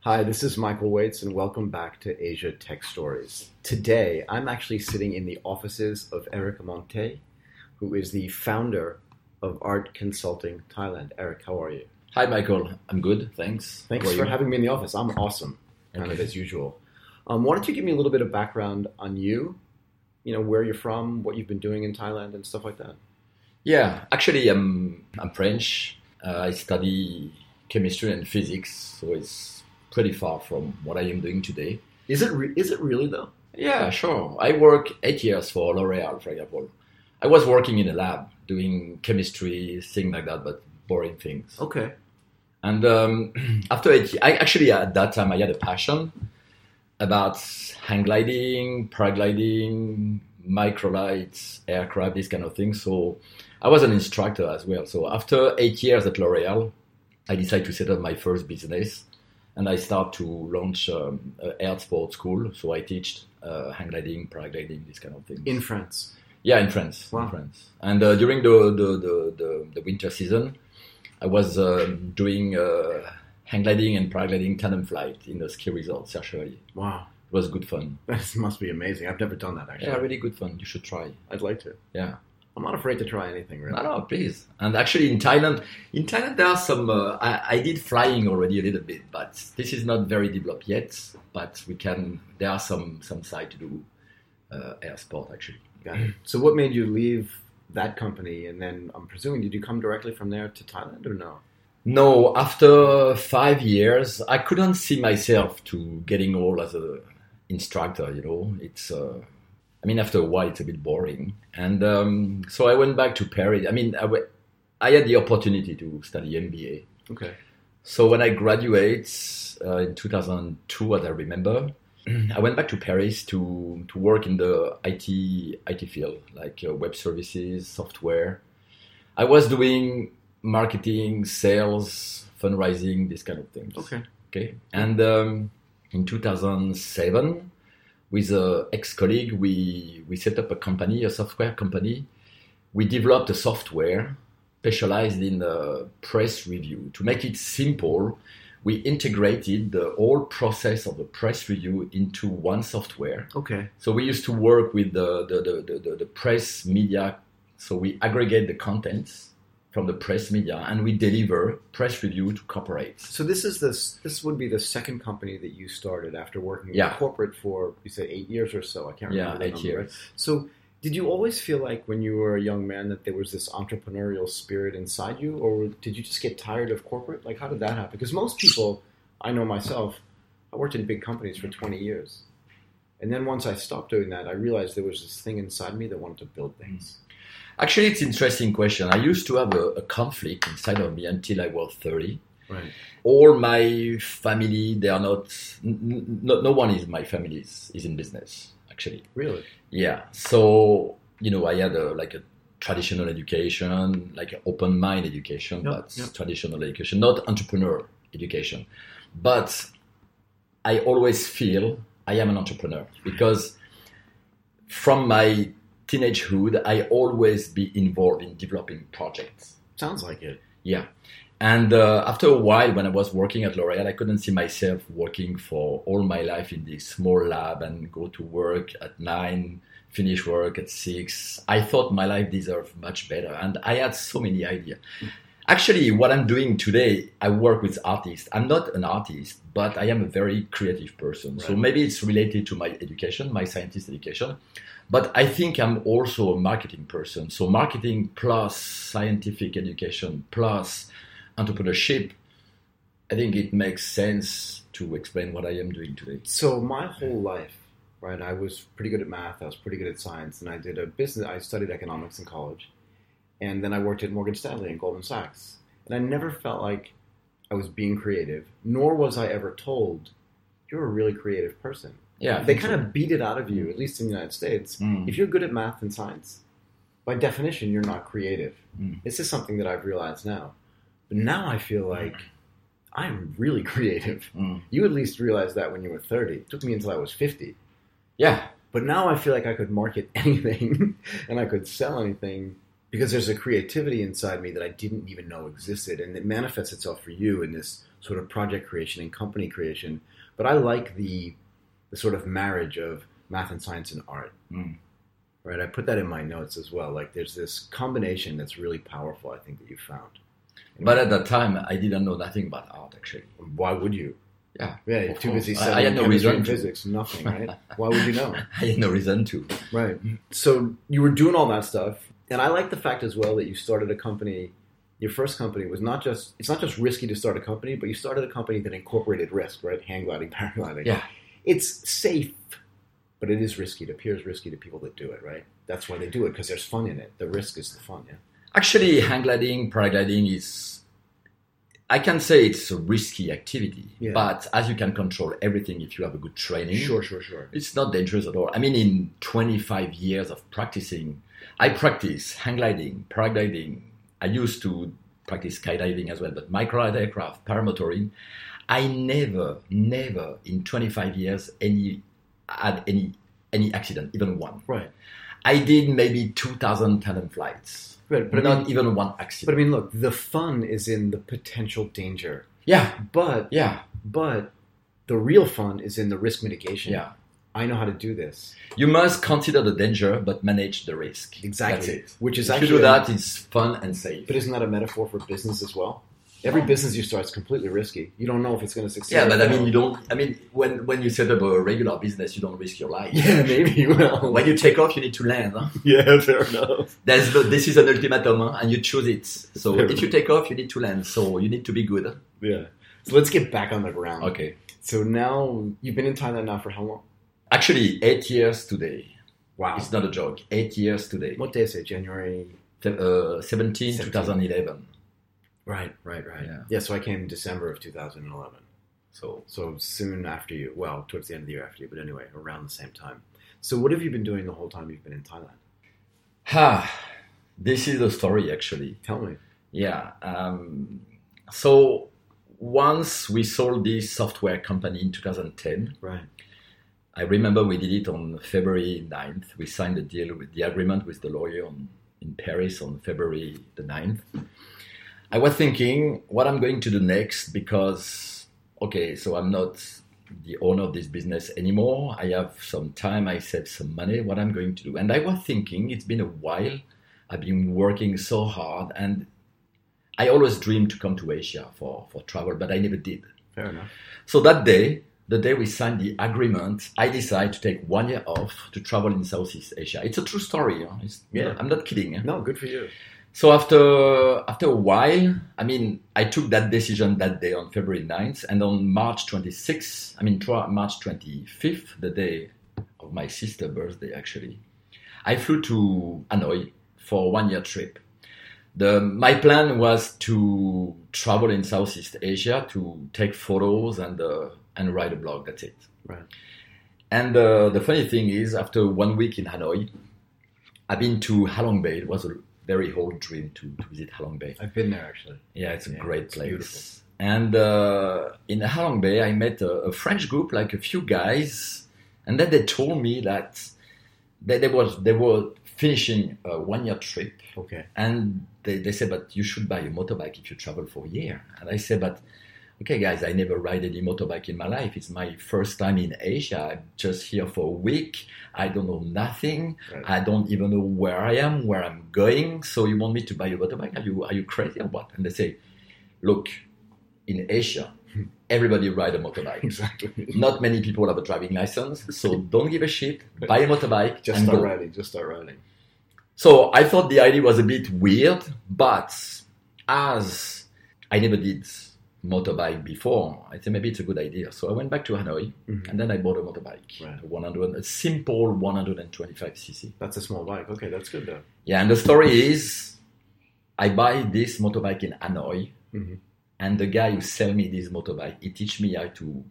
Hi, this is Michael Waits, and welcome back to Asia Tech Stories. Today, I'm actually sitting in the offices of Eric Monte, who is the founder of Art Consulting Thailand. Eric, how are you? Hi, Michael. I'm good. Thanks. Thanks How are for you? having me in the office. I'm awesome, kind of Okay. as usual. Um, why don't you give me a little bit of background on you? You know, where you're from, what you've been doing in Thailand, and stuff like that. Yeah, actually, I'm I'm French. Uh, I study chemistry and physics, so it's pretty far from what I am doing today. Is it re- is it really though? Yeah, sure. I work eight years for L'Oreal, for example. I was working in a lab doing chemistry, things like that, but boring things. Okay. And um, after it, I actually at that time I had a passion about hang gliding, paragliding, microlights, aircraft, this kind of thing. So I was an instructor as well. So after eight years at L'Oréal, I decided to set up my first business, and I start to launch um, a air sports school. So I teach uh, hang gliding, paragliding, this kind of thing. In France. Yeah, in France. Wow. In France. And uh, during the, the, the, the, the winter season, I was um doing uh, hang gliding and paragliding tandem flight in the ski resort, Serchevalier. It Wow, was good fun. that must be amazing. I've never done that actually. Yeah, really good fun. You should try. I'd like to. Yeah. I'm not afraid to try anything really. No, no, please. And actually, in Thailand, in Thailand, there are some. Uh, I, I did flying already a little bit, but this is not very developed yet. But we can. There are some some side to do uh, air sport actually. Got it. So, what made you leave that company, and then I'm presuming did you come directly from there to Thailand or no? No, after five years, I couldn't see myself to getting old as a instructor. You know, it's. Uh, I mean, after a while, it's a bit boring, and um, so I went back to Paris. I mean, I wa- I had the opportunity to study MBA. Okay. So when I graduated uh, in 2002, as I remember, I went back to Paris to, to work in the IT IT field, like uh, web services, software. I was doing marketing, sales, fundraising, this kind of things. Okay. Okay. And um, in 2007, with an ex-colleague, we, we set up a company, a software company. We developed a software specialized in uh, press review. To make it simple, we integrated the whole process of the press review into one software. Okay. So we used to work with the, the, the, the, the, the press media. So we aggregate the contents from the press media and we deliver press review to corporates. So this is this this would be the second company that you started after working in Yeah. corporate for you said eight years or so. I can't remember Yeah, the eight number, years. right? So did you always feel like when you were a young man that there was this entrepreneurial spirit inside you, or did you just get tired of corporate? Like how did that happen? Because most people, I know myself, I worked in big companies for twenty years. And then once I stopped doing that, I realized there was this thing inside me that wanted to build things. Actually, it's an interesting question. I used to have a, a conflict inside of me until I was 30. Right. All my family, they are not, n- n- no, no one is my family is, is in business, actually. Really? Yeah. So, you know, I had a, like a traditional education, like an open mind education, Yep, but yep. traditional education, not entrepreneur education. But I always feel I am an entrepreneur because from my teenagehood, I always be involved in developing projects. Sounds like it. Yeah. And uh, after a while, when I was working at L'Oréal, I couldn't see myself working for all my life in this small lab and go to work at nine, finish work at six. I thought my life deserved much better, and I had so many ideas. Actually, what I'm doing today, I work with artists. I'm not an artist, but I am a very creative person. So Right. maybe it's related to my education, my scientist education. But I think I'm also a marketing person. So marketing plus scientific education plus entrepreneurship, I think it makes sense to explain what I am doing today. So my whole life, right? I was pretty good at math. I was pretty good at science, and I did a business. I studied economics in college, and then I worked at Morgan Stanley and Goldman Sachs. And I never felt like I was being creative, nor was I ever told you're a really creative person. Yeah, I They think kind so. of beat it out of you, at least in the United States. Mm. If you're good at math and science, by definition, you're not creative. Mm. This is something that I've realized now. But now I feel like I'm really creative. Mm. You at least realized that when you were 30. It took me until I was 50. yeah, But now I feel like I could market anything and I could sell anything because there's a creativity inside me that I didn't even know existed. And it manifests itself for you in this sort of project creation and company creation. But I like the the sort of marriage of math and science and art. Mm. Right, I put that in my notes as well. Like, there's this combination that's really powerful. I think that you found. But at that time, I didn't know nothing about art actually. Why would you? Yeah, Yeah, you're of too busy course. I- I studying had no chemistry reason and to. physics, nothing, right? Why would you know? I had no reason to. Right. So you were doing all that stuff, and I like the fact as well that you started a company. Your first company was not just it's not just risky to start a company, but you started a company that incorporated risk, right? Hang gliding, paragliding. Yeah. It's safe, but it is risky. It appears risky to people that do it, right? That's why they do it because there's fun in it. The risk is the fun, yeah. Actually, hang gliding, paragliding is, I can say it's a risky activity, Yeah. but as you can control everything if you have a good training, sure, sure. it's not dangerous at all. I mean, in 25 years of practicing, I practice hang gliding, paragliding. I used to practice skydiving as well, but micro aircraft, paramotoring. I never, never in 25 years any had any any accident, even one. Right. I did maybe 2,000 tandem flights. Right, but I But not mean- even one But I accident. mean, look, the fun is in the potential danger, yeah, but yeah, but the real fun is in the risk mitigation. yeah. I know how to do this. You must consider the danger but manage the risk. That's it. Which is if you actually do that, it's fun and safe. But isn't that a metaphor for business as well? Every business you start is completely risky. You don't know if it's going to succeed. yeah, but I or mean, you fail. don't. I mean, when when you set up a regular business, you don't risk your life. Yeah, maybe. Well, When you take off, you need to land. huh? yeah, fair enough. There's the, this is an ultimatum, huh? and you choose it. So Fair if you take off, you need to land. So you need to be good. Yeah. So let's get back on the ground. Okay. So now you've been in Thailand now for how long? Actually, eight years today. Wow. It's not a joke. Eight years today. What day is it? January. Uh, 17, 17. 2011. Right, right, right. Yeah. Yeah. So I came December of 2011. So So soon after you. Well, towards the end of the year after you. But anyway, around the same time. So what have you been doing the whole time you've been in Thailand? Ha! This is the story, actually. Tell me. Yeah. Um, so once we sold this software company in 2010, Right. I remember we did it on February 9th. We signed the deal with the agreement with the lawyer on, in Paris on February the 9th. I was thinking what I'm going to do next because, okay, so I'm not the owner of this business anymore. I have some time, I saved some money, what I'm going to do. And I was thinking it's been a while. I've been working so hard and I always dreamed to come to Asia for, for travel, but I never did. Fair enough. So that day, the day we signed the agreement, I decided to take one year off to travel in Southeast Asia. It's a true story. huh? It's- Yeah. I'm not kidding. huh? No, good for you. So after after a while, I mean, I took that decision that day on February 9th, and on March 26th, I mean, tw- March 25th, the day of my sister's birthday, actually, I flew to Hanoi for a one-year trip. The, my plan was to travel in Southeast Asia to take photos and uh, and write a blog. That's it. Right. And uh, the funny thing is, after one week in Hanoi, I've been to Halong Bay. It was a very old dream to, to visit Halong Bay. I've been there actually. Yeah, it's a Yeah, great it's place. beautiful. And uh, in Halong Bay, I met a, a French group, like a few guys, and then they told me that they, they was they were finishing a one year trip, Okay. and they, they said, but you should buy a motorbike if you travel for a year. And I said, but okay, guys, I never ride any motorbike in my life. It's my first time in Asia. I'm just here for a week. I don't know nothing. Right. I don't even know where I am, where I'm going. So you want me to buy a motorbike? Are you are you crazy or what? And they say, look, in Asia, everybody ride a motorbike. Exactly. Not many people have a driving license, so don't give a shit. Buy a motorbike Just and start go. writing. Just start writing. So I thought the idea was a bit weird, but as I never did motorbike before, I said maybe it's a good idea. So I went back to Hanoi Mhm. and then I bought a motorbike, Right. a 100, a simple 125 cc. That's a small bike. Okay, that's good though. Yeah, and the story is, I buy this motorbike in Hanoi, Mhm. and the guy who sell me this motorbike, he teach me how to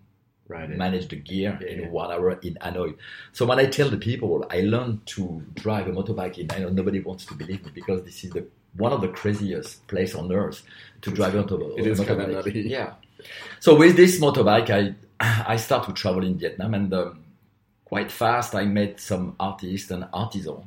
Right. manage the gear Yeah, in yeah. one hour in Hanoi. So when I tell the people I learned to drive a motorbike in Hanoi, nobody wants to believe me because this is the one of the craziest place on earth to drive on to it is a kinda motorbike. nutty. Yeah. So with this motorbike, I I start to travel in Vietnam and um, quite fast I met some artists and artisans,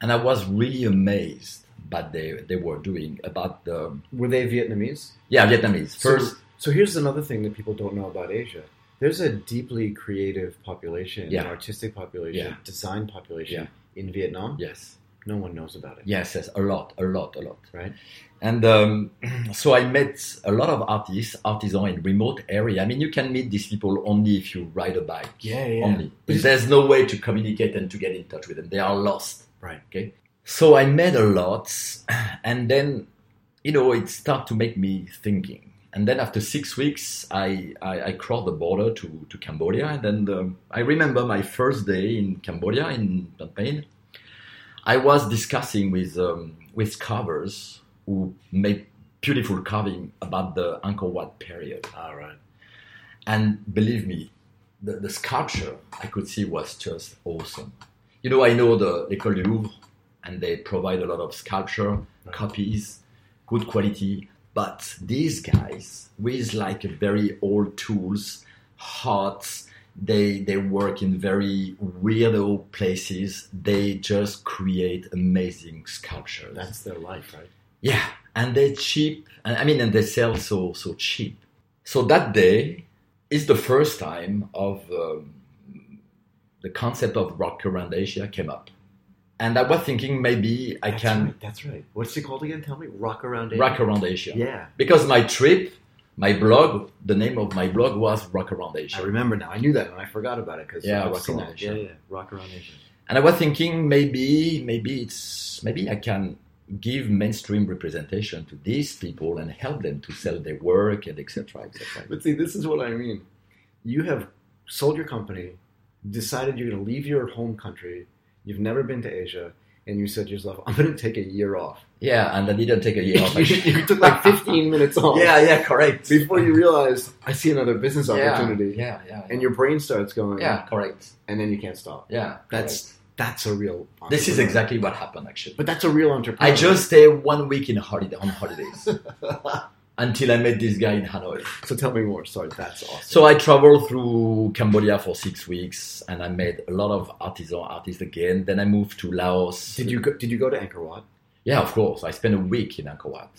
and I was really amazed. But they, they were doing about the Were they Vietnamese? yeah Vietnamese So first So here's another thing that people don't know about Asia. There's a deeply creative population, Yeah. an artistic population, Yeah. design population in Vietnam. Yes. No one knows about it. Yes, yes, a lot, a lot, a lot. Right. And um, so I met a lot of artists, artisans in remote area. I mean, you can meet these people only if you ride a bike. Yeah, yeah. Only. Because there's no way to communicate and to get in touch with them. They are lost. Right. Okay. So I met a lot, and then, you know, it started to make me thinking. And then after six weeks, I, I, I crossed the border to, to Cambodia. And then um, I remember my first day in Cambodia, in Phnom Penh. I was discussing with, um, with carvers who make beautiful carving about the Angkor Wat period. All right. And believe me, the, the sculpture I could see was just awesome. You know, I know the École du Louvre, and they provide a lot of sculpture, copies, good quality. But these guys, with like very old tools, hot, they, they work in very weirdo places. They just create amazing sculptures. That's their life, right? Yeah, and they're cheap. And I mean, and they sell so so cheap. So that day is the first time of um, the concept of rock around Asia came up, and I was thinking maybe I That's can Right, that's right. What's it called again? Tell me. Rock around Asia. rock around Asia Yeah. because my trip, my blog, the name of my blog was Rock Around I Asia, remember now. I knew that and I forgot about it uh, because Yeah, I've Rock seen Around that. Asia. Yeah, yeah. Rock around Asia. and I was thinking maybe maybe it's maybe I can give mainstream representation to these people and help them to sell their work and etc. etc. But see, this is what I mean. You have sold your company, decided you're going to leave your home country. You've never been to Asia, and you said to yourself, "I'm going to take a year off." Yeah, and I didn't take a year off. you, you took like 15 minutes off. yeah, yeah, correct. Before you realized, I see another business Yeah, opportunity, Yeah, yeah, yeah. and your brain starts going. yeah, correct. And then you can't stop. Yeah, That's that's a real. correct. this is entrepreneur. exactly what happened actually. But that's a real entrepreneur. I just stay one week in holiday on holidays until I met this guy in Hanoi. So tell me more. Sorry, that's awesome. So I traveled through Cambodia for six weeks, and I met a lot of artisan artists again. Then I moved to Laos. Did you go, did you go to Angkor Wat? Yeah, of course. I spent a week in Angkor Wat.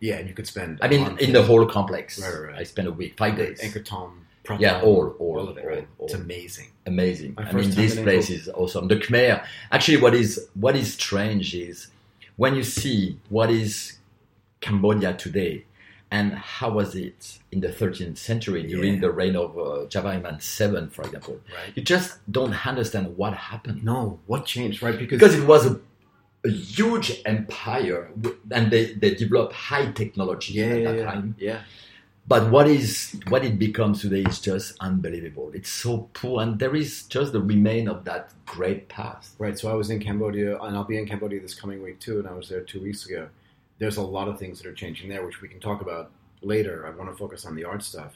Yeah, and you could spend. I mean, a month in the whole complex. Right, right, right. I spent a week, five days. Angkor Tom. Phra Yeah, Thom, all, all, all of it. all, right? all. It's amazing. amazing. My I first mean, time this in place April. is awesome. The Khmer. Actually, what is what is strange is when you see what is Cambodia today and how was it in the 13th century during Yeah. the reign of uh, Javaiman VII, for example. Right. You just don't understand what happened No, what changed, right? Because, because it was a, a huge empire w- and they, they developed high technology yeah, at yeah, that yeah, time yeah. but what is what it becomes today is just unbelievable. It's so poor, and there is just the remain of that great past. Right. So I was in Cambodia, and I'll be in Cambodia this coming week too. And I was there two weeks ago. There's a lot of things that are changing there, which we can talk about later. I want to focus on the art stuff.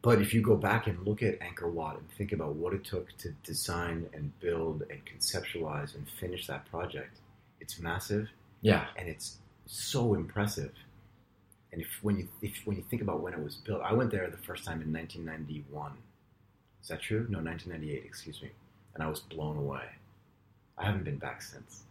But if you go back and look at Angkor Wat and think about what it took to design and build and conceptualize and finish that project, it's massive. Yeah, and it's so impressive. And if when you if when you think about when it was built, I went there the first time in 1991. Is that true? No, 1998. Excuse me. And I was blown away. I haven't been back since.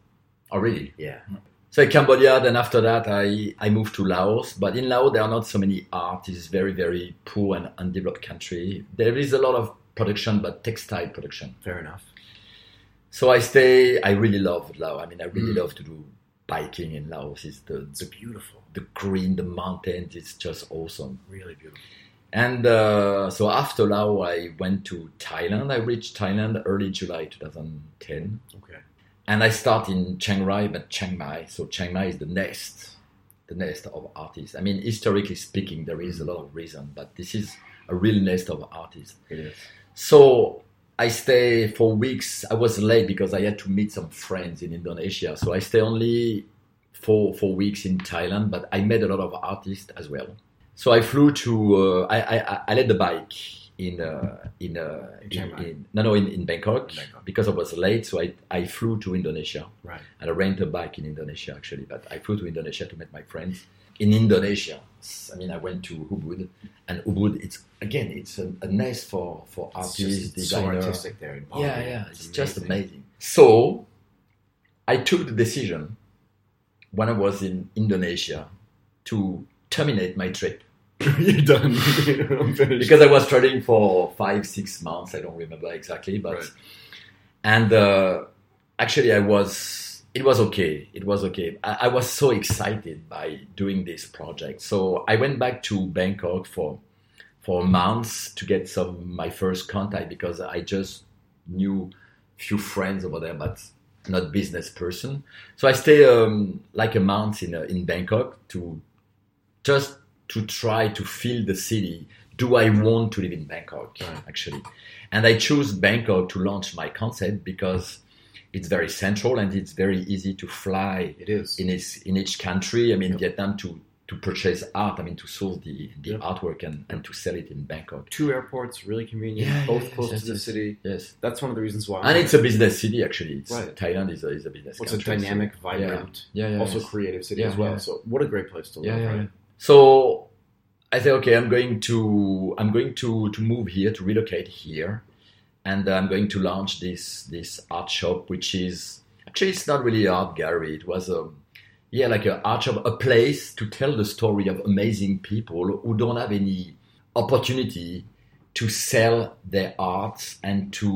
already. Yeah. Oh, So Cambodia. Then after that, I I moved to Laos. But in Laos, there are not so many art. It's very very poor and undeveloped country. There is a lot of production, but textile production. Fair enough. So I stay. I really love Laos. I mean, I really Mm. love to do biking in Laos. It's the It's beautiful. the green, the mountains. It's just awesome. Really beautiful. And uh, so after Laos, I went to Thailand. I reached Thailand early July 2010. Okay. And I start in Chiang Rai, but Chiang Mai. So Chiang Mai is the nest, the nest of artists. I mean, historically speaking, there is a lot of reason, but this is a real nest of artists. It is. So I stay for weeks. I was late because I had to meet some friends in Indonesia. So I stay only for four weeks in Thailand, but I met a lot of artists as well. So I flew to. Uh, I, I I- I led the bike in uh, in, uh, In Chiang in, Mai. in- no no in, in Bangkok In Bangkok. because I was late. So I I flew to Indonesia Right. and I rented a bike in Indonesia actually, but I flew to Indonesia to meet my friends. In Indonesia, I mean, I went to Ubud, and Ubud, it's again, it's a, a nest for for It's artists, just it's so designers. artistic there in Bali. yeah, yeah, it's, just amazing. So, I took the decision when I was in Indonesia to terminate my trip You're done. You know, I'm finished. because I was traveling for five, six months. I don't remember exactly, but Right. and uh, actually, I was. It was okay. It was okay. I, I was so excited by doing this project. So I went back to Bangkok for for months to get some my first contact because I just knew few friends over there, but not business person. So I stay um, like a month in uh, in Bangkok to just to try to feel the city. Do I want to live in Bangkok Right. actually? And I choose Bangkok to launch my concept because it's very central and it's very easy to fly it is. in each in each country. I mean, Yep. Vietnam to to purchase art. I mean, to source the the Yep. artwork and and to sell it in Bangkok. Two airports, really convenient, Yeah, both yeah, yes, close yes, to the yes. city. Yes, That's one of the reasons why. and it's a business city actually. It's, Right. Thailand is a, is a business. it's a country, so- dynamic, vibrant, Yeah, yeah. also yes. creative city Yeah, as well. yeah. So what a great place to live. Yeah, yeah, right? yeah. So I say, okay, I'm going to I'm going to to move here to relocate here, and uh, I'm going to launch this this art shop, which is actually it's not really an art gallery. It was a yeah, like an art shop, a place to tell the story of amazing people who don't have any opportunity to sell their art and to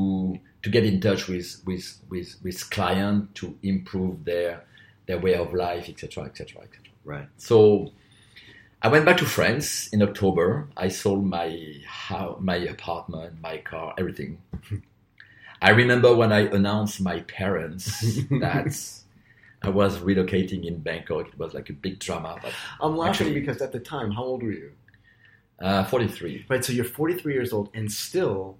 to get in touch with with with with client to improve their their way of life, etc., etc., etc. Right. So I went back to France in October. I sold my house, my apartment, my car, everything. I remember when I announced my parents that I was relocating in Bangkok. It was like a big drama. But I'm laughing Actually- because at the time, how old were you? uh, 43. Right, so you're 43 years old, and still,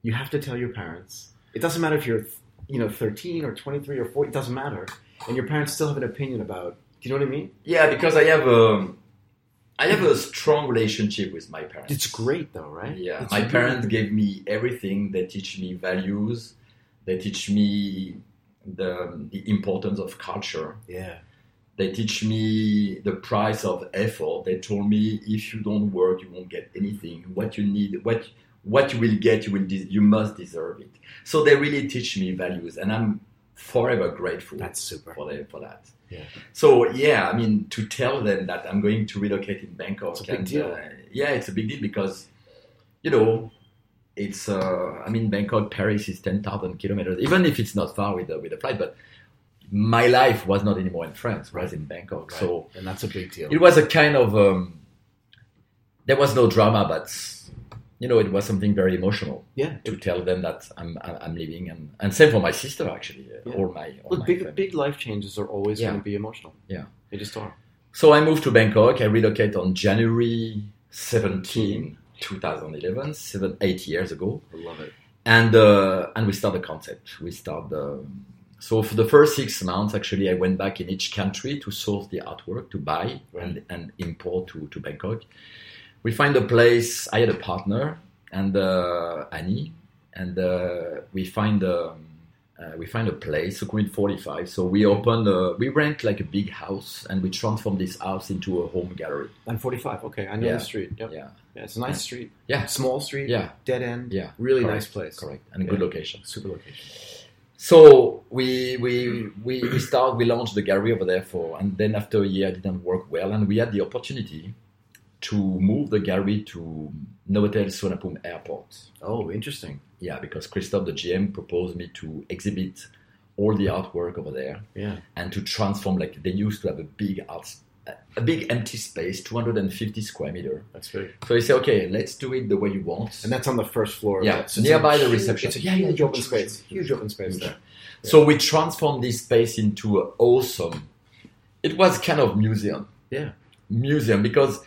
you have to tell your parents. It doesn't matter if you're, you know, 13 or 23 or 40. It doesn't matter, and your parents still have an opinion about. Do you know what I mean? Yeah, because I have a, I have a strong relationship with my parents. It's great though, right? Yeah, It's my really- parents gave me everything. They teach me values. They teach me the, the importance of culture. Yeah, They teach me the price of effort. They told me if you don't work, you won't get anything. What you need, what what you will get, you will des- you must deserve it. So they really teach me values, and I'm forever grateful that's super. for them for that. Yeah. So yeah, I mean to tell them that I'm going to relocate in Bangkok. It's a big and, deal. uh, yeah, it's a big deal because you know it's uh, I mean Bangkok Paris is ten thousand kilometers. Even if it's not far with the, with a flight, but my life was not anymore in France. Was in Bangkok. Right. So and that's a big deal. it was a kind of um, there was no drama, but you know it was something very emotional yeah, to tell them that I'm I'm I'm leaving and and same for my sister actually. Yeah. All my all look, my big family. big life changes are always Yeah. going to be emotional. Yeah. they just are. So I moved to Bangkok. I relocate on January 17, 2011, seven, eight years ago. I love it. And, uh, and we start the concept. We start the... So for the first six months, actually, I went back in each country to source the artwork, to buy and, and import to, to Bangkok. We find a place. I had a partner and uh, Annie, and uh, we find um, uh, we find a place, Sukhumvit 45. So we open, uh, we rent like a big house, and we transform this house into a home gallery. I'm 45. Okay, I know Yeah. the street. Yep. Yeah, Yeah, it's a nice street. Yeah. small street. Yeah. dead end. yeah, really Correct. nice place. correct, and good Yeah. location. Super location. So we we we we start we launched the gallery over there for and then after a year it didn't work well and we had the opportunity to move the gallery to Novotel Sonapum Airport. Oh, interesting. Yeah, because Christophe the GM proposed me to exhibit all the artwork over there Yeah. and to transform like they used to have a big art a big empty space, 250 square meter. That's big. So he said, okay, let's do it the way you want. And that's on the first floor. Yeah, That's nearby it's a the huge- reception. It's a Yeah, huge yeah, yeah. open space. Huge open space Huge. there. So we transformed this space into an awesome. It was kind of museum. Yeah. Museum because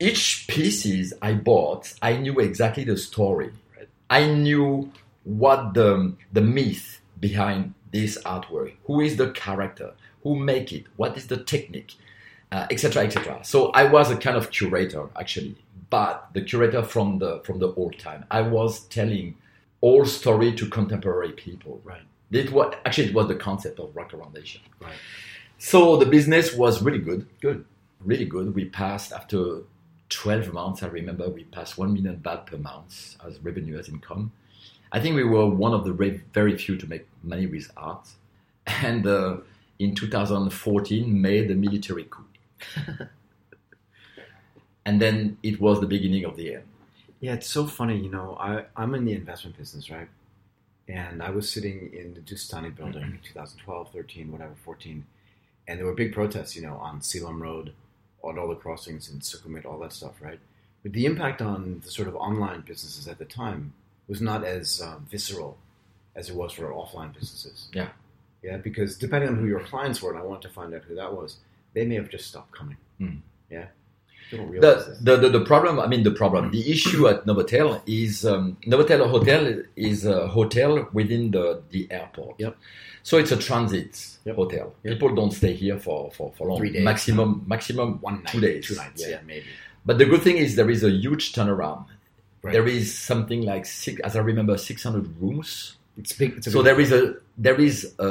each pieces I bought, I knew exactly the story. Right. I knew what the the myth behind this artwork. Who is the character? Who make it? What is the technique? Uh, etc. etc. So I was a kind of curator actually, but the curator from the from the old time. I was telling old story to contemporary people. Right. It was actually it was the concept of Rock Around Asia. Right. So the business was really good, Good. really good. We passed after 12 months. I remember we passed one million baht per month as revenue as income. I think we were one of the re- very few to make money with art. And uh, in 2014, made the military coup. and then it was the beginning of the end. Yeah, it's so funny, you know. I, I'm in the investment business, right? And I was sitting in the Dustani building in Mm-hmm. 2012, 13, whatever, 14. And there were big protests, you know, on Selam Road, on all the crossings in Sukhumvit, all that stuff, right? But the impact on the sort of online businesses at the time was not as um, visceral as it was for offline businesses. Yeah. Yeah, because depending on who your clients were, and I wanted to find out who that was, they may have just stopped coming. Mm. Yeah. They don't realize The, that. the, the, the problem, I mean, the problem, the issue at Novotel is um, Novotel Hotel is a hotel within the, the airport. Yep. So it's a transit Yep. hotel. Yep. People don't stay here for, for, for long. Three days. Maximum, maximum One night, two days. two nights, yeah, maybe. But the good thing is there is a huge turnaround. Right. There is something like six, as I remember, 600 rooms. It's big. It's a So big there is a there is a,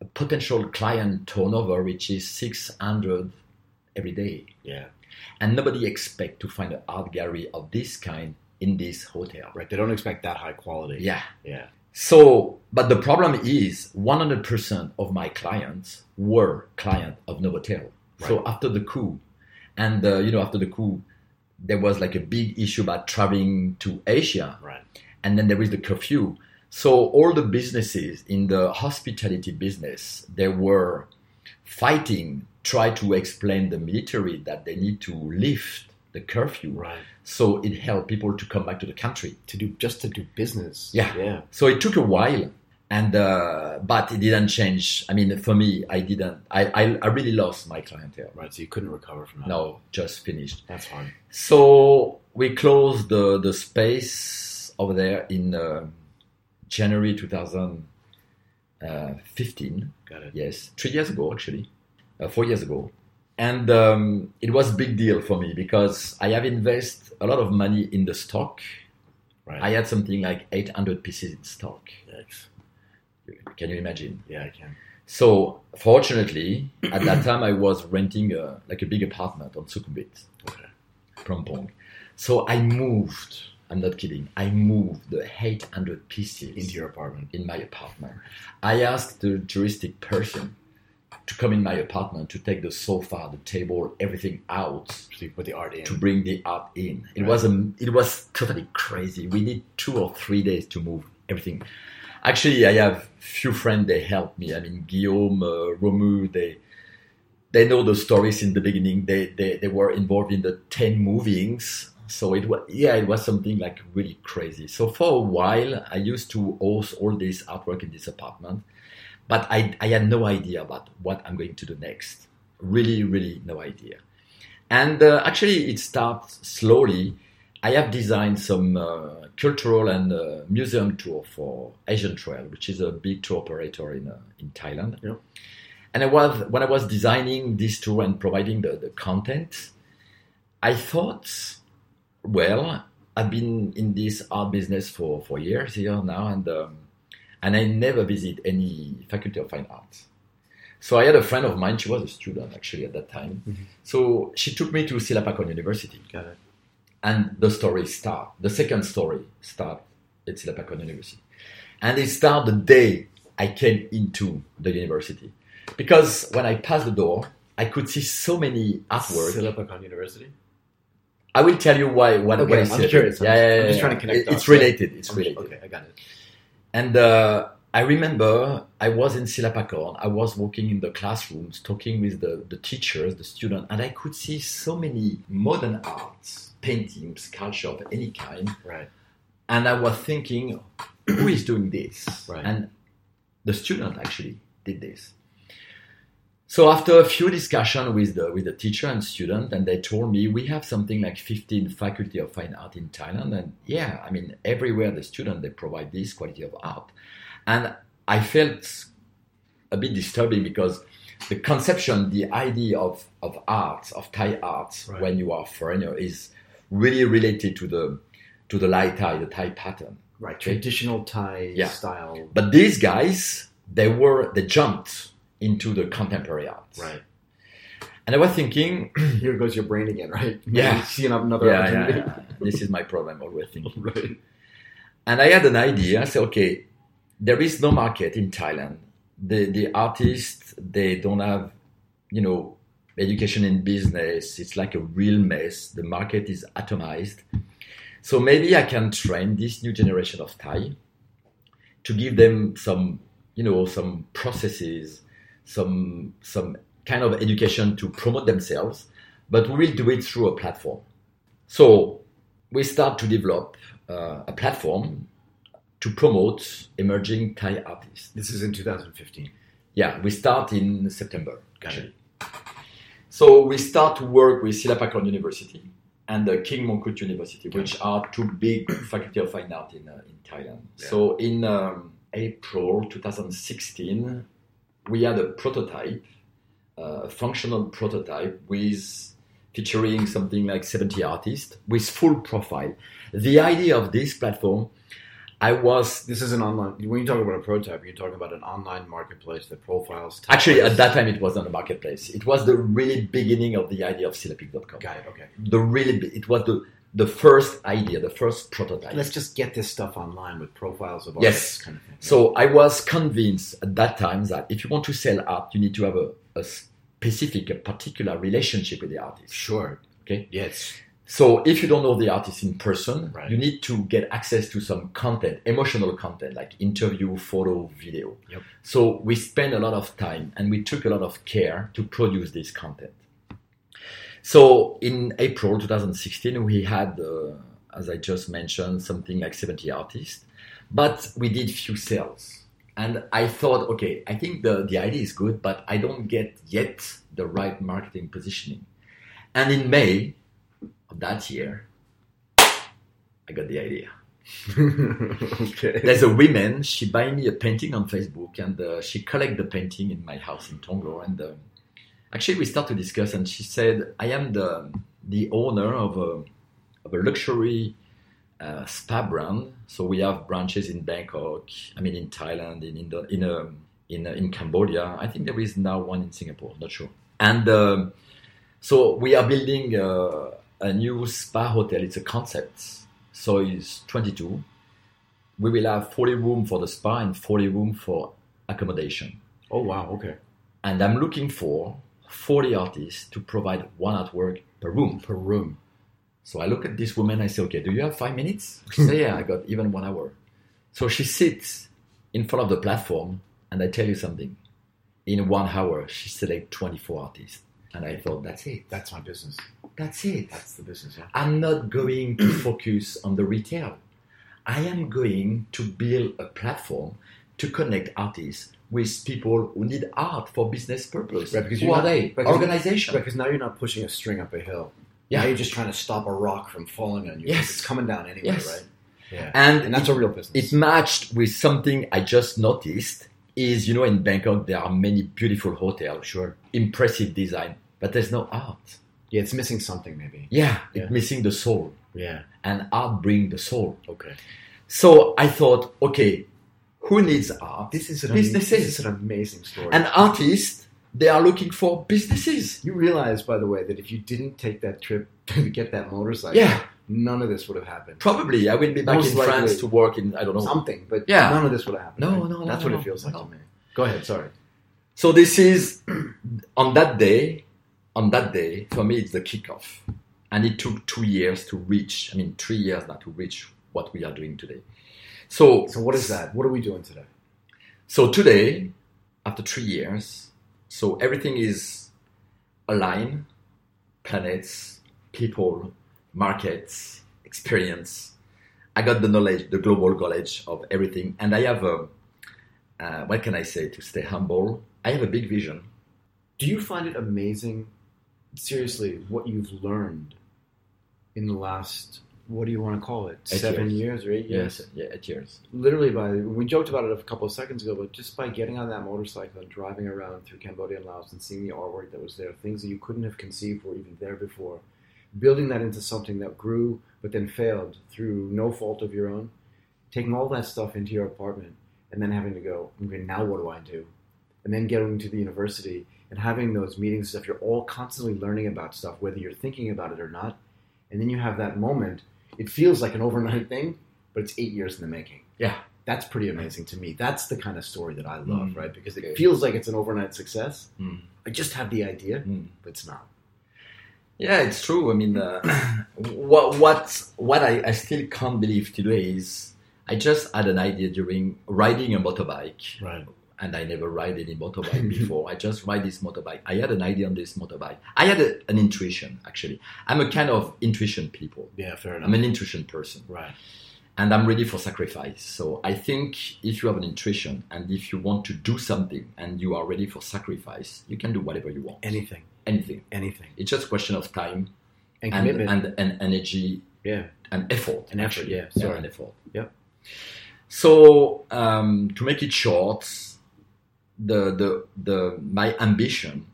a potential client turnover which is 600 every day, yeah, and nobody expect to find an art gallery of this kind in this hotel. right. They don't expect that high quality. Yeah. yeah, So, but the problem is 100% of my clients were client of Novotel. So after the coup, and uh, you know after the coup, there was like a big issue about traveling to Asia right. and then there is the curfew. So all the businesses in the hospitality business, they were fighting, try to explain the military that they need to lift the curfew. Right. So it helped people to come back to the country. To do just to do business. Yeah. yeah. So it took a while, and uh, but it didn't change. I mean, for me, I didn't. I I, I really lost my clientele. Right. So you couldn't recover from that. No, just finished. that's hard. So we closed the, the space over there in uh, January uh, 2015. Got it. Yes, three years ago actually, uh, four years ago, and um, it was big deal for me because I have invested a lot of money in the stock. Right. I had something like 800 pieces in stock. Yikes. Can you imagine? Yeah, I can. So fortunately, at that time I was renting a, like a big apartment on Sukhumvit, Okay. Prompong. So I moved. I'm not kidding. I moved the 800 pieces Into your apartment. in my apartment. I asked the juristic person to come in my apartment to take the sofa, the table, everything out So you put the art in. to bring the art in. It Right. was a, it was totally crazy. We need two or three days to move everything. Actually, I have few friends. They helped me. I mean, Guillaume, uh, Romu. They they know the stories in the beginning. They they, they were involved in the ten movings. So it was yeah, it was something like really crazy. So for a while, I used to host all this artwork in this apartment, but I I had no idea about what I'm going to do next. Really, really, no idea. And uh, actually, it starts slowly. I have designed some uh, cultural and uh, museum tour for Asian Trail, which is a big tour operator in, uh, in Thailand. Yeah. And I was, when I was designing this tour and providing the, the content, I thought, well, I've been in this art business for, for years here now, and, um, and I never visit any faculty of fine arts. So I had a friend of mine, she was a student actually at that time. So she took me to Silapakon University, Mm-hmm. Got it. and the story start. The second story start at Silapakon University, and it started the day I came into the university, because when I passed the door, I could see so many artwork. Silapakan University. I will tell you why. What Okay, why I'm Silapakon- curious. I'm Yeah, just- yeah, I'm yeah, just trying to yeah. connect It- It's dots. related. It's related. Okay, I got it. And uh, I remember I was in Silapakon. I was walking in the classrooms, talking with the, the teachers, the students, and I could see so many modern arts, paintings, sculpture of any kind. Right. And I was thinking, who is doing this? Right. And the student actually did this. So after a few discussion with the with the teacher and student, and they told me we have something like 15 faculty of fine art in Thailand, and yeah, I mean everywhere the student they provide this quality of art, and I felt a bit disturbing because the conception, the idea of of art, of Thai art, Right. when you are foreigner, is really related to the to the Lai Thai, the Thai pattern. Right. Traditional Thai Yeah. style. But these guys, they were they jumped into the contemporary art. Right. And I was thinking, Here goes your brain again, right? Yeah. You see another yeah, yeah, opportunity. yeah, this is my problem always thinking. Right. And I had an idea. I said, okay, there is no market in Thailand. The the artists they don't have, you know, education and business. It's like a real mess. The market is atomized. So maybe I can train this new generation of Thai to give them some, you know, some processes, some some kind of education to promote themselves, but we will do it through a platform. So we start to develop uh, a platform to promote emerging Thai artists. This is in 2015. Yeah, we start in September. actually. So we start to work with Silapakorn University and the King Mongkut University, which are two big faculty of fine art in, uh, in Thailand. Yeah. So in um, April 2016, we had a prototype, uh, a functional prototype with featuring something like 70 artists with full profile. The idea of this platform, I was This is an online. When you talk about a prototype, you're talking about an online marketplace that profiles. Thai Actually, at artists. that time, it was not a marketplace. It was the really beginning of the idea of Silapic.com. Got it. Okay. The really, be- it was the the first idea, the first prototype. Let's just get this stuff online with profiles of Yes. artists, kind of thing. So I was convinced at that time that if you want to sell art, you need to have a, a specific, a particular relationship with the artist. sure. Okay. Yes. So if you don't know the artist in person, Right. you need to get access to some content, emotional content like interview, photo, video. Yep. So we spent a lot of time and we took a lot of care to produce this content. So in April 2016, we had, uh, as I just mentioned, something like 70 artists, but we did few sales. And I thought, okay, I think the, the idea is good, but I don't get yet the right marketing positioning. And in May of that year, I got the idea. okay. There's a woman, she buy me a painting on Facebook and uh, she collect the painting in my house in Tonglo. And um, actually we start to discuss and she said, I am the, the owner of a, of a luxury uh, spa brand. So we have branches in Bangkok, I mean in Thailand, in, Indo- in, um, in, uh, in Cambodia. I think there is now one in Singapore, not sure. And um, so we are building uh, a new spa hotel. It's a concept. So it's 22 we will have 40 room for the spa and 40 room for accommodation. Oh wow. Okay. And I'm looking for 40 artists to provide one artwork per room. Per room. So I look at this woman, I say, okay, do you have five minutes? She say, yeah, I got even one hour. So she sits in front of the platform and I tell you something. In one hour, she select 24 artists. And I thought, that's it. That's my business. That's it. That's the business. Yeah. I'm not going to focus on the retail. I am going to build a platform to connect artists with people who need art for business purpose. Right, because who you're are not- they? because- Organization. Because now you're not pushing a string up a hill. Yeah. Now you're just trying to stop a rock from falling on you. Yes. It's coming down anyway, Yes. right? Yeah. And, And that's a real business. it matched with something I just noticed is, you know, in Bangkok, there are many beautiful hotels, sure. impressive design, but there's no art. Yeah. It's missing something, maybe. Yeah, it's Yeah. missing the soul. Yeah. And art brings the soul. Okay. So I thought, okay, who needs art? This is an Businesses. this is an amazing story. and artists they are looking for businesses you realize, by the way, that if you didn't take that trip to get that motorcycle, yeah none of this would have happened. probably i will be back Most in likely. france to work in i don't know Something, but Yeah. none of this would have happened. No, right? no, no, That's no, what no, it feels like no. to me. Go ahead. Sorry. so this is on that day on that day for me it's the kickoff and it took two years to reach i mean three years now to reach what we are doing today so So what is that? What are we doing today? so today after three years so everything is aligned planets people markets experience I got the knowledge, the global knowledge of everything, and I have a. Uh, what can I say to stay humble? I have a big vision. Do you find it amazing, seriously, what you've learned in the last, what do you want to call it, Eight seven years. years. or eight years? yeah, eight years. Literally, by we joked about it a couple of seconds ago, but just by getting on that motorcycle and driving around through Cambodia and Laos and seeing the artwork that was there, things that you couldn't have conceived were even there before, building that into something that grew but then failed through no fault of your own, taking all that stuff into your apartment and then having to go, okay, now what do I do? And then getting to the university and having those meetings and stuff, you're all constantly learning about stuff, whether you're thinking about it or not. And then you have that moment. It feels like an overnight thing, but it's eight years in the making. Yeah. that's pretty amazing to me. That's the kind of story that I love, Mm. right? Because it Okay. feels like it's an overnight success. Mm. I just have the idea, Mm. but it's not. Yeah, it's true. I mean, uh, what what what I, I still can't believe today is I just had an idea during riding a motorbike, Right. and I never ride any motorbike before. I just ride this motorbike. I had an idea on this motorbike. I had a, an intuition actually. I'm a kind of intuition people. Yeah, fair enough. I'm an intuition person, right. and I'm ready for sacrifice. So I think if you have an intuition and if you want to do something and you are ready for sacrifice, you can do whatever you want, Anything, anything. anything, It's just a question of time and and, commitment. and, and energy yeah, and effort. An effort, actually. yeah, sorry. an effort. Yep. So um, to make it short, the the the my ambition,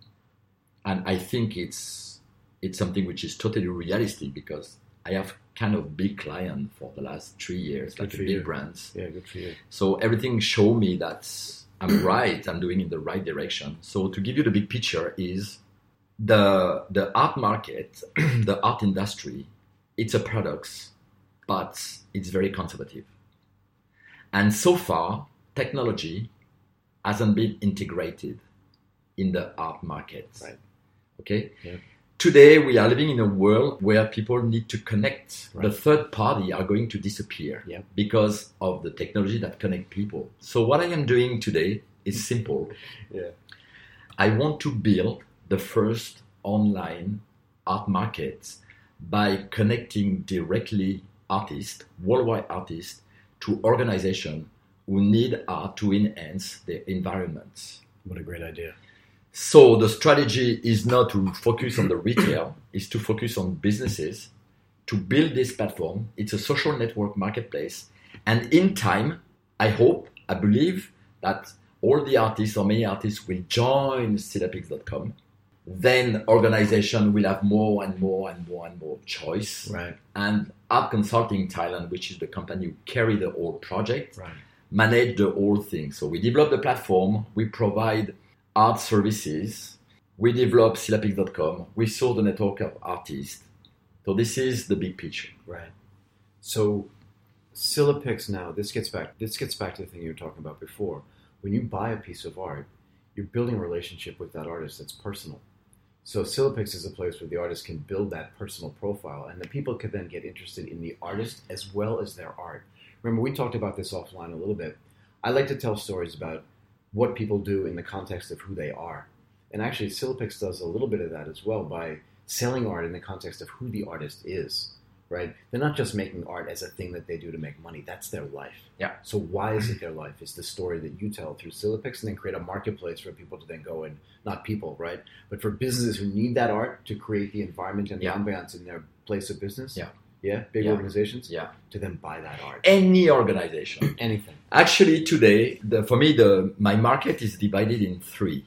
and I think it's it's something which is totally realistic because I have kind of big client for the last three years, Good like for big you. brands. yeah. Good for you. So everything show me that I'm right, I'm doing in the right direction. So to give you the big picture is the the art market, the art industry, it's a product, but it's very conservative. And so far, technology hasn't been integrated in the art market. Right. Okay? Yeah. Today we are living in a world where people need to connect. The Right. third party are going to disappear Yeah. because of the technology that connect people. So what I am doing today is simple. Yeah. I want to build the first online art market by connecting directly artists, worldwide artists, to organizations who need art to enhance their environments. What a great idea. So the strategy is not to focus on the retail, is to focus on businesses to build this platform. It's a social network marketplace. And in time, I hope, I believe that all the artists or many artists will join Syllapix.com. Then organization will have more and more and more and more choice. Right. And Art Consulting Thailand, which is the company who carry the whole project, Right. manage the whole thing. So we develop the platform, we provide art services, we develop syllabic.com, we saw the network of artists. So this is the big picture. Right. So Silipix now, this gets back this gets back to the thing you were talking about before. When you buy a piece of art, you're building a relationship with that artist that's personal. So Silipix is a place where the artist can build that personal profile and the people can then get interested in the artist as well as their art. Remember we talked about this offline a little bit. I like to tell stories about what people do in the context of who they are. And actually Silipix does a little bit of that as well by selling art in the context of who the artist is right? They're not just making art as a thing that they do to make money. That's their life. Yeah. So why is it their life? It's the story that you tell through Silipix and then create a marketplace for people to then go and not people, right? But for businesses who need that art to create the environment and the Yeah. ambiance in their place of business. Yeah. Yeah. Big Yeah. organizations. Yeah. To then buy that art. Any organization. Anything. Actually, today, the, for me, the my market is divided in three.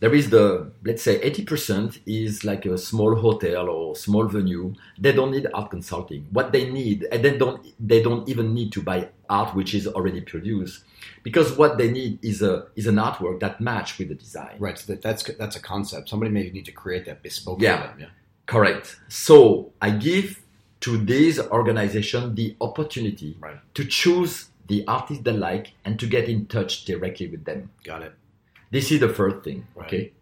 There is the, let's say, 80% is like a small hotel or small venue. They don't need art consulting. What they need, and they don't, they don't even need to buy art which is already produced, because what they need is a is an artwork that match with the design. Right. So that, that's that's a concept. Somebody may need to create that bespoke. Yeah. For them, yeah. Correct. So I give to this organization the opportunity Right. to choose the artist they like and to get in touch directly with them. Got it. This is the first thing. Right. Okay.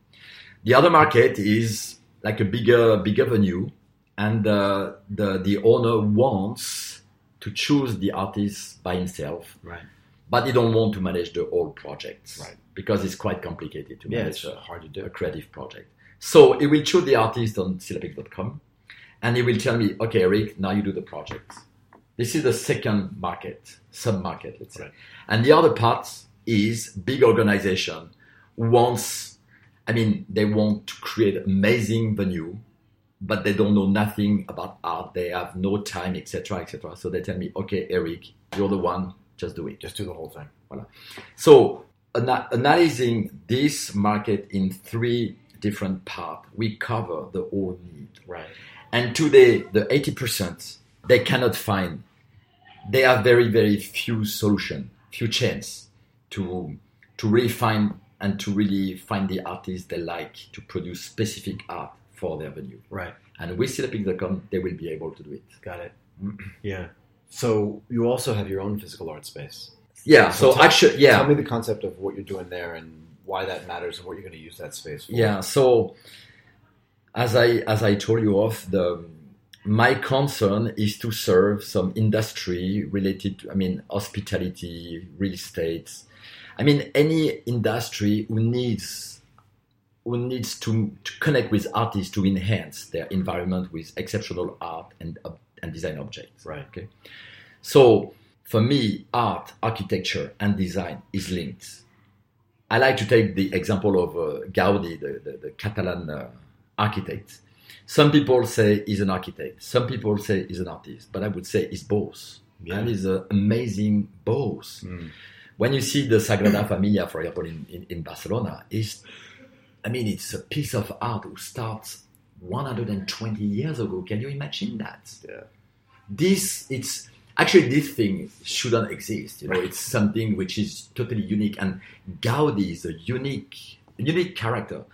The other market is like a bigger, bigger venue, and uh, the the owner wants to choose the artist by himself, Right. but he don't want to manage the whole project Right. because it's quite complicated to Yeah. manage It's uh, a, hard to a do. creative project. So he will choose the artist on syllabic.com, and he will tell me, okay, Eric, now you do the project. This is the second market, sub market, let's say. Right. And the other part is big organization who wants, I mean, they want to create amazing venue, but they don't know nothing about art. They have no time, etc., etc. So they tell me, okay, Eric, you're the one, just do it. Just do the whole thing. So ana- analyzing this market in three different parts, we cover the whole need. Right. And today, the 80%, they cannot find. They have very, very few solution, few chance to, to really find and to really find the artists they like to produce specific art for their venue. Right. And with Syllabic.com, they will be able to do it. Got it. yeah. So you also have your own physical art space. yeah. So, So tell- actually, yeah. Tell me the concept of what you're doing there and why that matters and what you're going to use that space for. Yeah. So, as I as I told you off, the my concern is to serve some industry related. To, I mean, hospitality, real estate. I mean, any industry who needs who needs to, to connect with artists to enhance their environment with exceptional art and ob- and design objects. Right. Okay. So for me, art, architecture, and design is linked. I like to take the example of uh, Gaudi, the, the, the Catalan uh, architect. Some people say he's an architect. Some people say he's an artist. But I would say he's both. Yeah. And he's an amazing both. Mm. When you see the Sagrada Familia, for example, in, in, in Barcelona, is I mean, it's a piece of art who starts 120 years ago. Can you imagine that? Yeah. This, it's actually this thing shouldn't exist. You know, it's something which is totally unique, and Gaudi is a unique, unique character.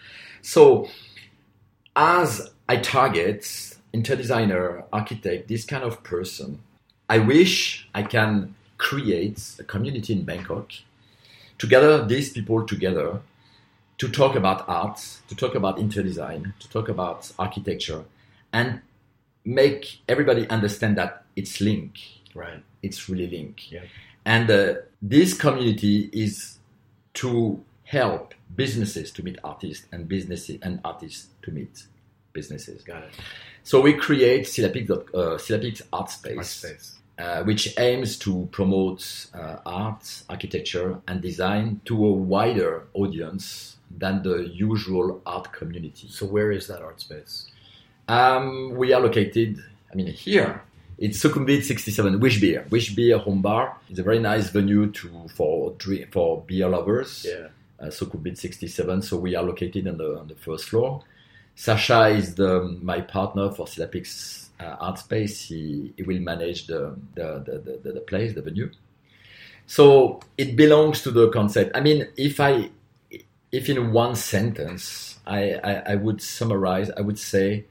So, as I target interior designer, architect, this kind of person, I wish I can create a community in Bangkok to gather these people together to talk about art, to talk about interior design, to talk about architecture, and make everybody understand that it's linked. Right. It's really linked. Yeah. And uh, this community is to help businesses to meet artists and businesses and artists to meet businesses. Got it. So we create Syllabic, uh, Syllabic Art Space, My space. uh, which aims to promote uh, art, architecture, and design to a wider audience than the usual art community. So where is that art space? Um, we are located, I mean, here. It's Sukhumvit 67, Wish Beer. Wish Beer Home Bar is a very nice venue to for drink, for beer lovers. Yeah. Uh, Sukhumvit 67, so we are located on the, on the first floor. Sasha is the, my partner for Sidapix uh, Art Space. He, he will manage the, the, the, the, the place, the venue. So it belongs to the concept. I mean, if I, if in one sentence, I, I, I would summarize, I would say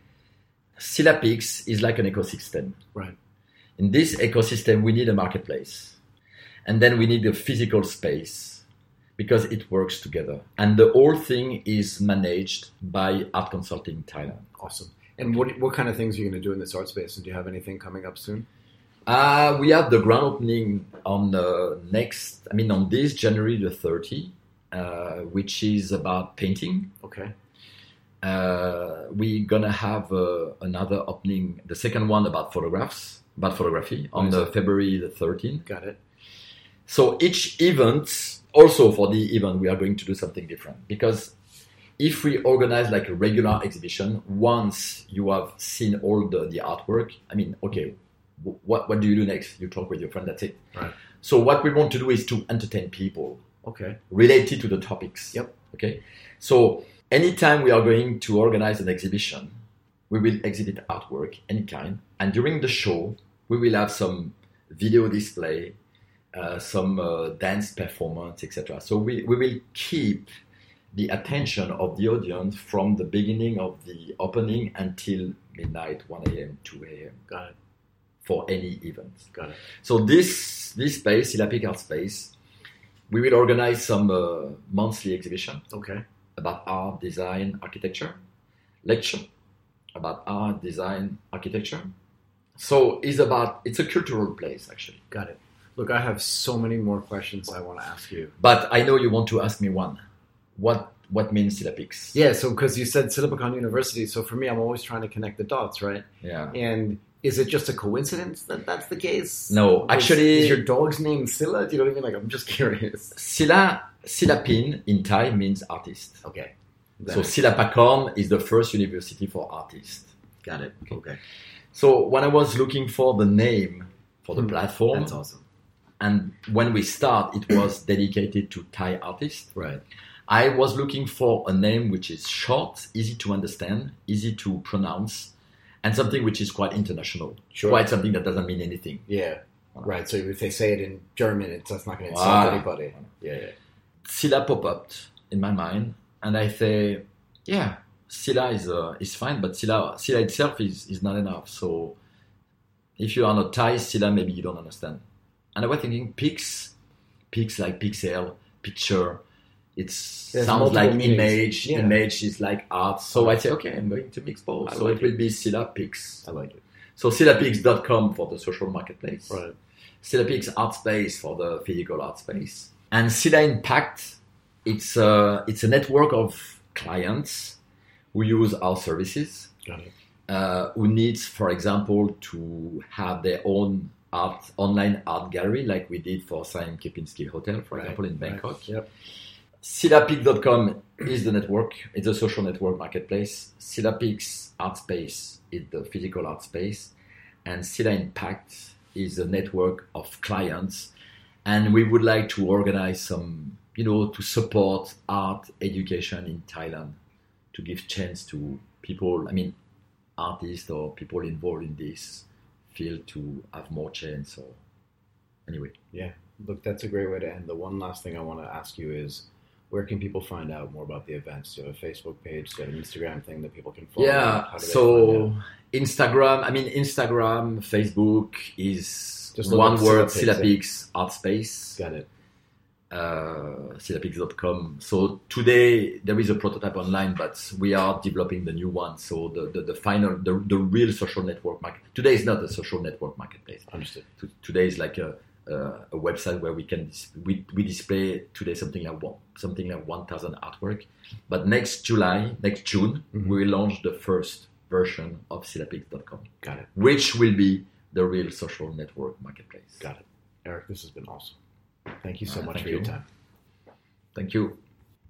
Silapix is like an ecosystem. Right. In this ecosystem, we need a marketplace. And then we need a physical space because it works together. And the whole thing is managed by Art Consulting Thailand. Awesome. And what what kind of things are you going to do in this art space? And do you have anything coming up soon? Uh, we have the grand opening on the next, I mean, on this January the 30, uh, which is about painting. Okay. Uh, we're gonna have uh, another opening, the second one about photographs, about photography, on Nice. the February the 13th. Got it. So each event, also for the event, we are going to do something different because if we organize like a regular exhibition, once you have seen all the, the artwork, I mean, okay, wh- what what do you do next? You talk with your friend. That's it. Right. So what we want to do is to entertain people Okay. related to the topics. Yep. Okay. So anytime we are going to organize an exhibition, we will exhibit artwork any kind, and during the show we will have some video display, uh, some uh, dance performance, etc. So we, we will keep the attention of the audience from the beginning of the opening until midnight, 1 a.m., 2 a.m. Got it. for any event. Got it. So this this space, Ilapic Art Space, we will organize some uh, monthly exhibition Okay. about art, design, architecture, lecture about art, design, architecture. So it's about it's a cultural place actually. Got it. Look, I have so many more questions I want to ask you. But I know you want to ask me one. What what means Ilapics? Yeah. So because you said Silicon University, so for me, I'm always trying to connect the dots, right? Yeah. And is it just a coincidence that that's the case? No, Is- actually, is, your dog's name Scylla? Do you know what I mean? Like, I'm just curious. Sila Silapin in Thai means artist. Okay. So Silapakorn is the first university for artists. got it. Okay. So when I was looking for the name for the Hmm, platform, That's awesome. and when we start, it was dedicated to Thai artists. Right. I was looking for a name which is short, easy to understand, easy to pronounce, and something which is quite international. Sure. Quite something that doesn't mean anything. Yeah. Right. So if they say it in German, it's that's not going to insult Wow. anybody. Ah. Yeah. yeah. Silla pop up in my mind, and I say, yeah, Silla is uh, is fine, but Silla Silla itself is is not enough. So if you are not Thai, Silla maybe you don't understand. And I was thinking pics, Pics like pixel, picture. It There's sounds like multiple meanings. image. Yeah. Image is like art. So I say, okay, I'm going to mix both. I so like it will be Silapix. I like it. So silapix.com for the social marketplace. Right. Silapix art space for the physical art space. And Sila Impact, it's a, it's a network of clients who use our services, Got it. uh, who needs, for example, to have their own art online art gallery like we did for Saim Kepinski Hotel, for Right, example, in Bangkok. Yep. Silapic.com is the network, it's a social network marketplace. Silapic's art space is the physical art space. And Sila Impact is a network of clients. And we would like to organize some, you know, to support art education in Thailand, to give chance to people, I mean, artists or people involved in this field to have more chance or anyway. Look, that's a great way to end. The one last thing I want to ask you is, where can people find out more about the events? Do you have a Facebook page? Do you have an Instagram thing that people can follow? yeah How do they find out? so instagram i mean instagram facebook is Just look one up word Silapix, silapix art space got it. uh, silapix.com so today there is a prototype online but we are developing the new one so the, the, the final the, the real social network market today is not a social network marketplace Understood. to, today is like a, uh, a website where we can dis- we, we display today something like one, something like 1000 artwork but next july next june Mhm. we will launch the first version of silapix.com Got it. which will be the real social network marketplace Got it. Eric, this has been awesome. Thank you so Uh, much thank for your you. time. thank you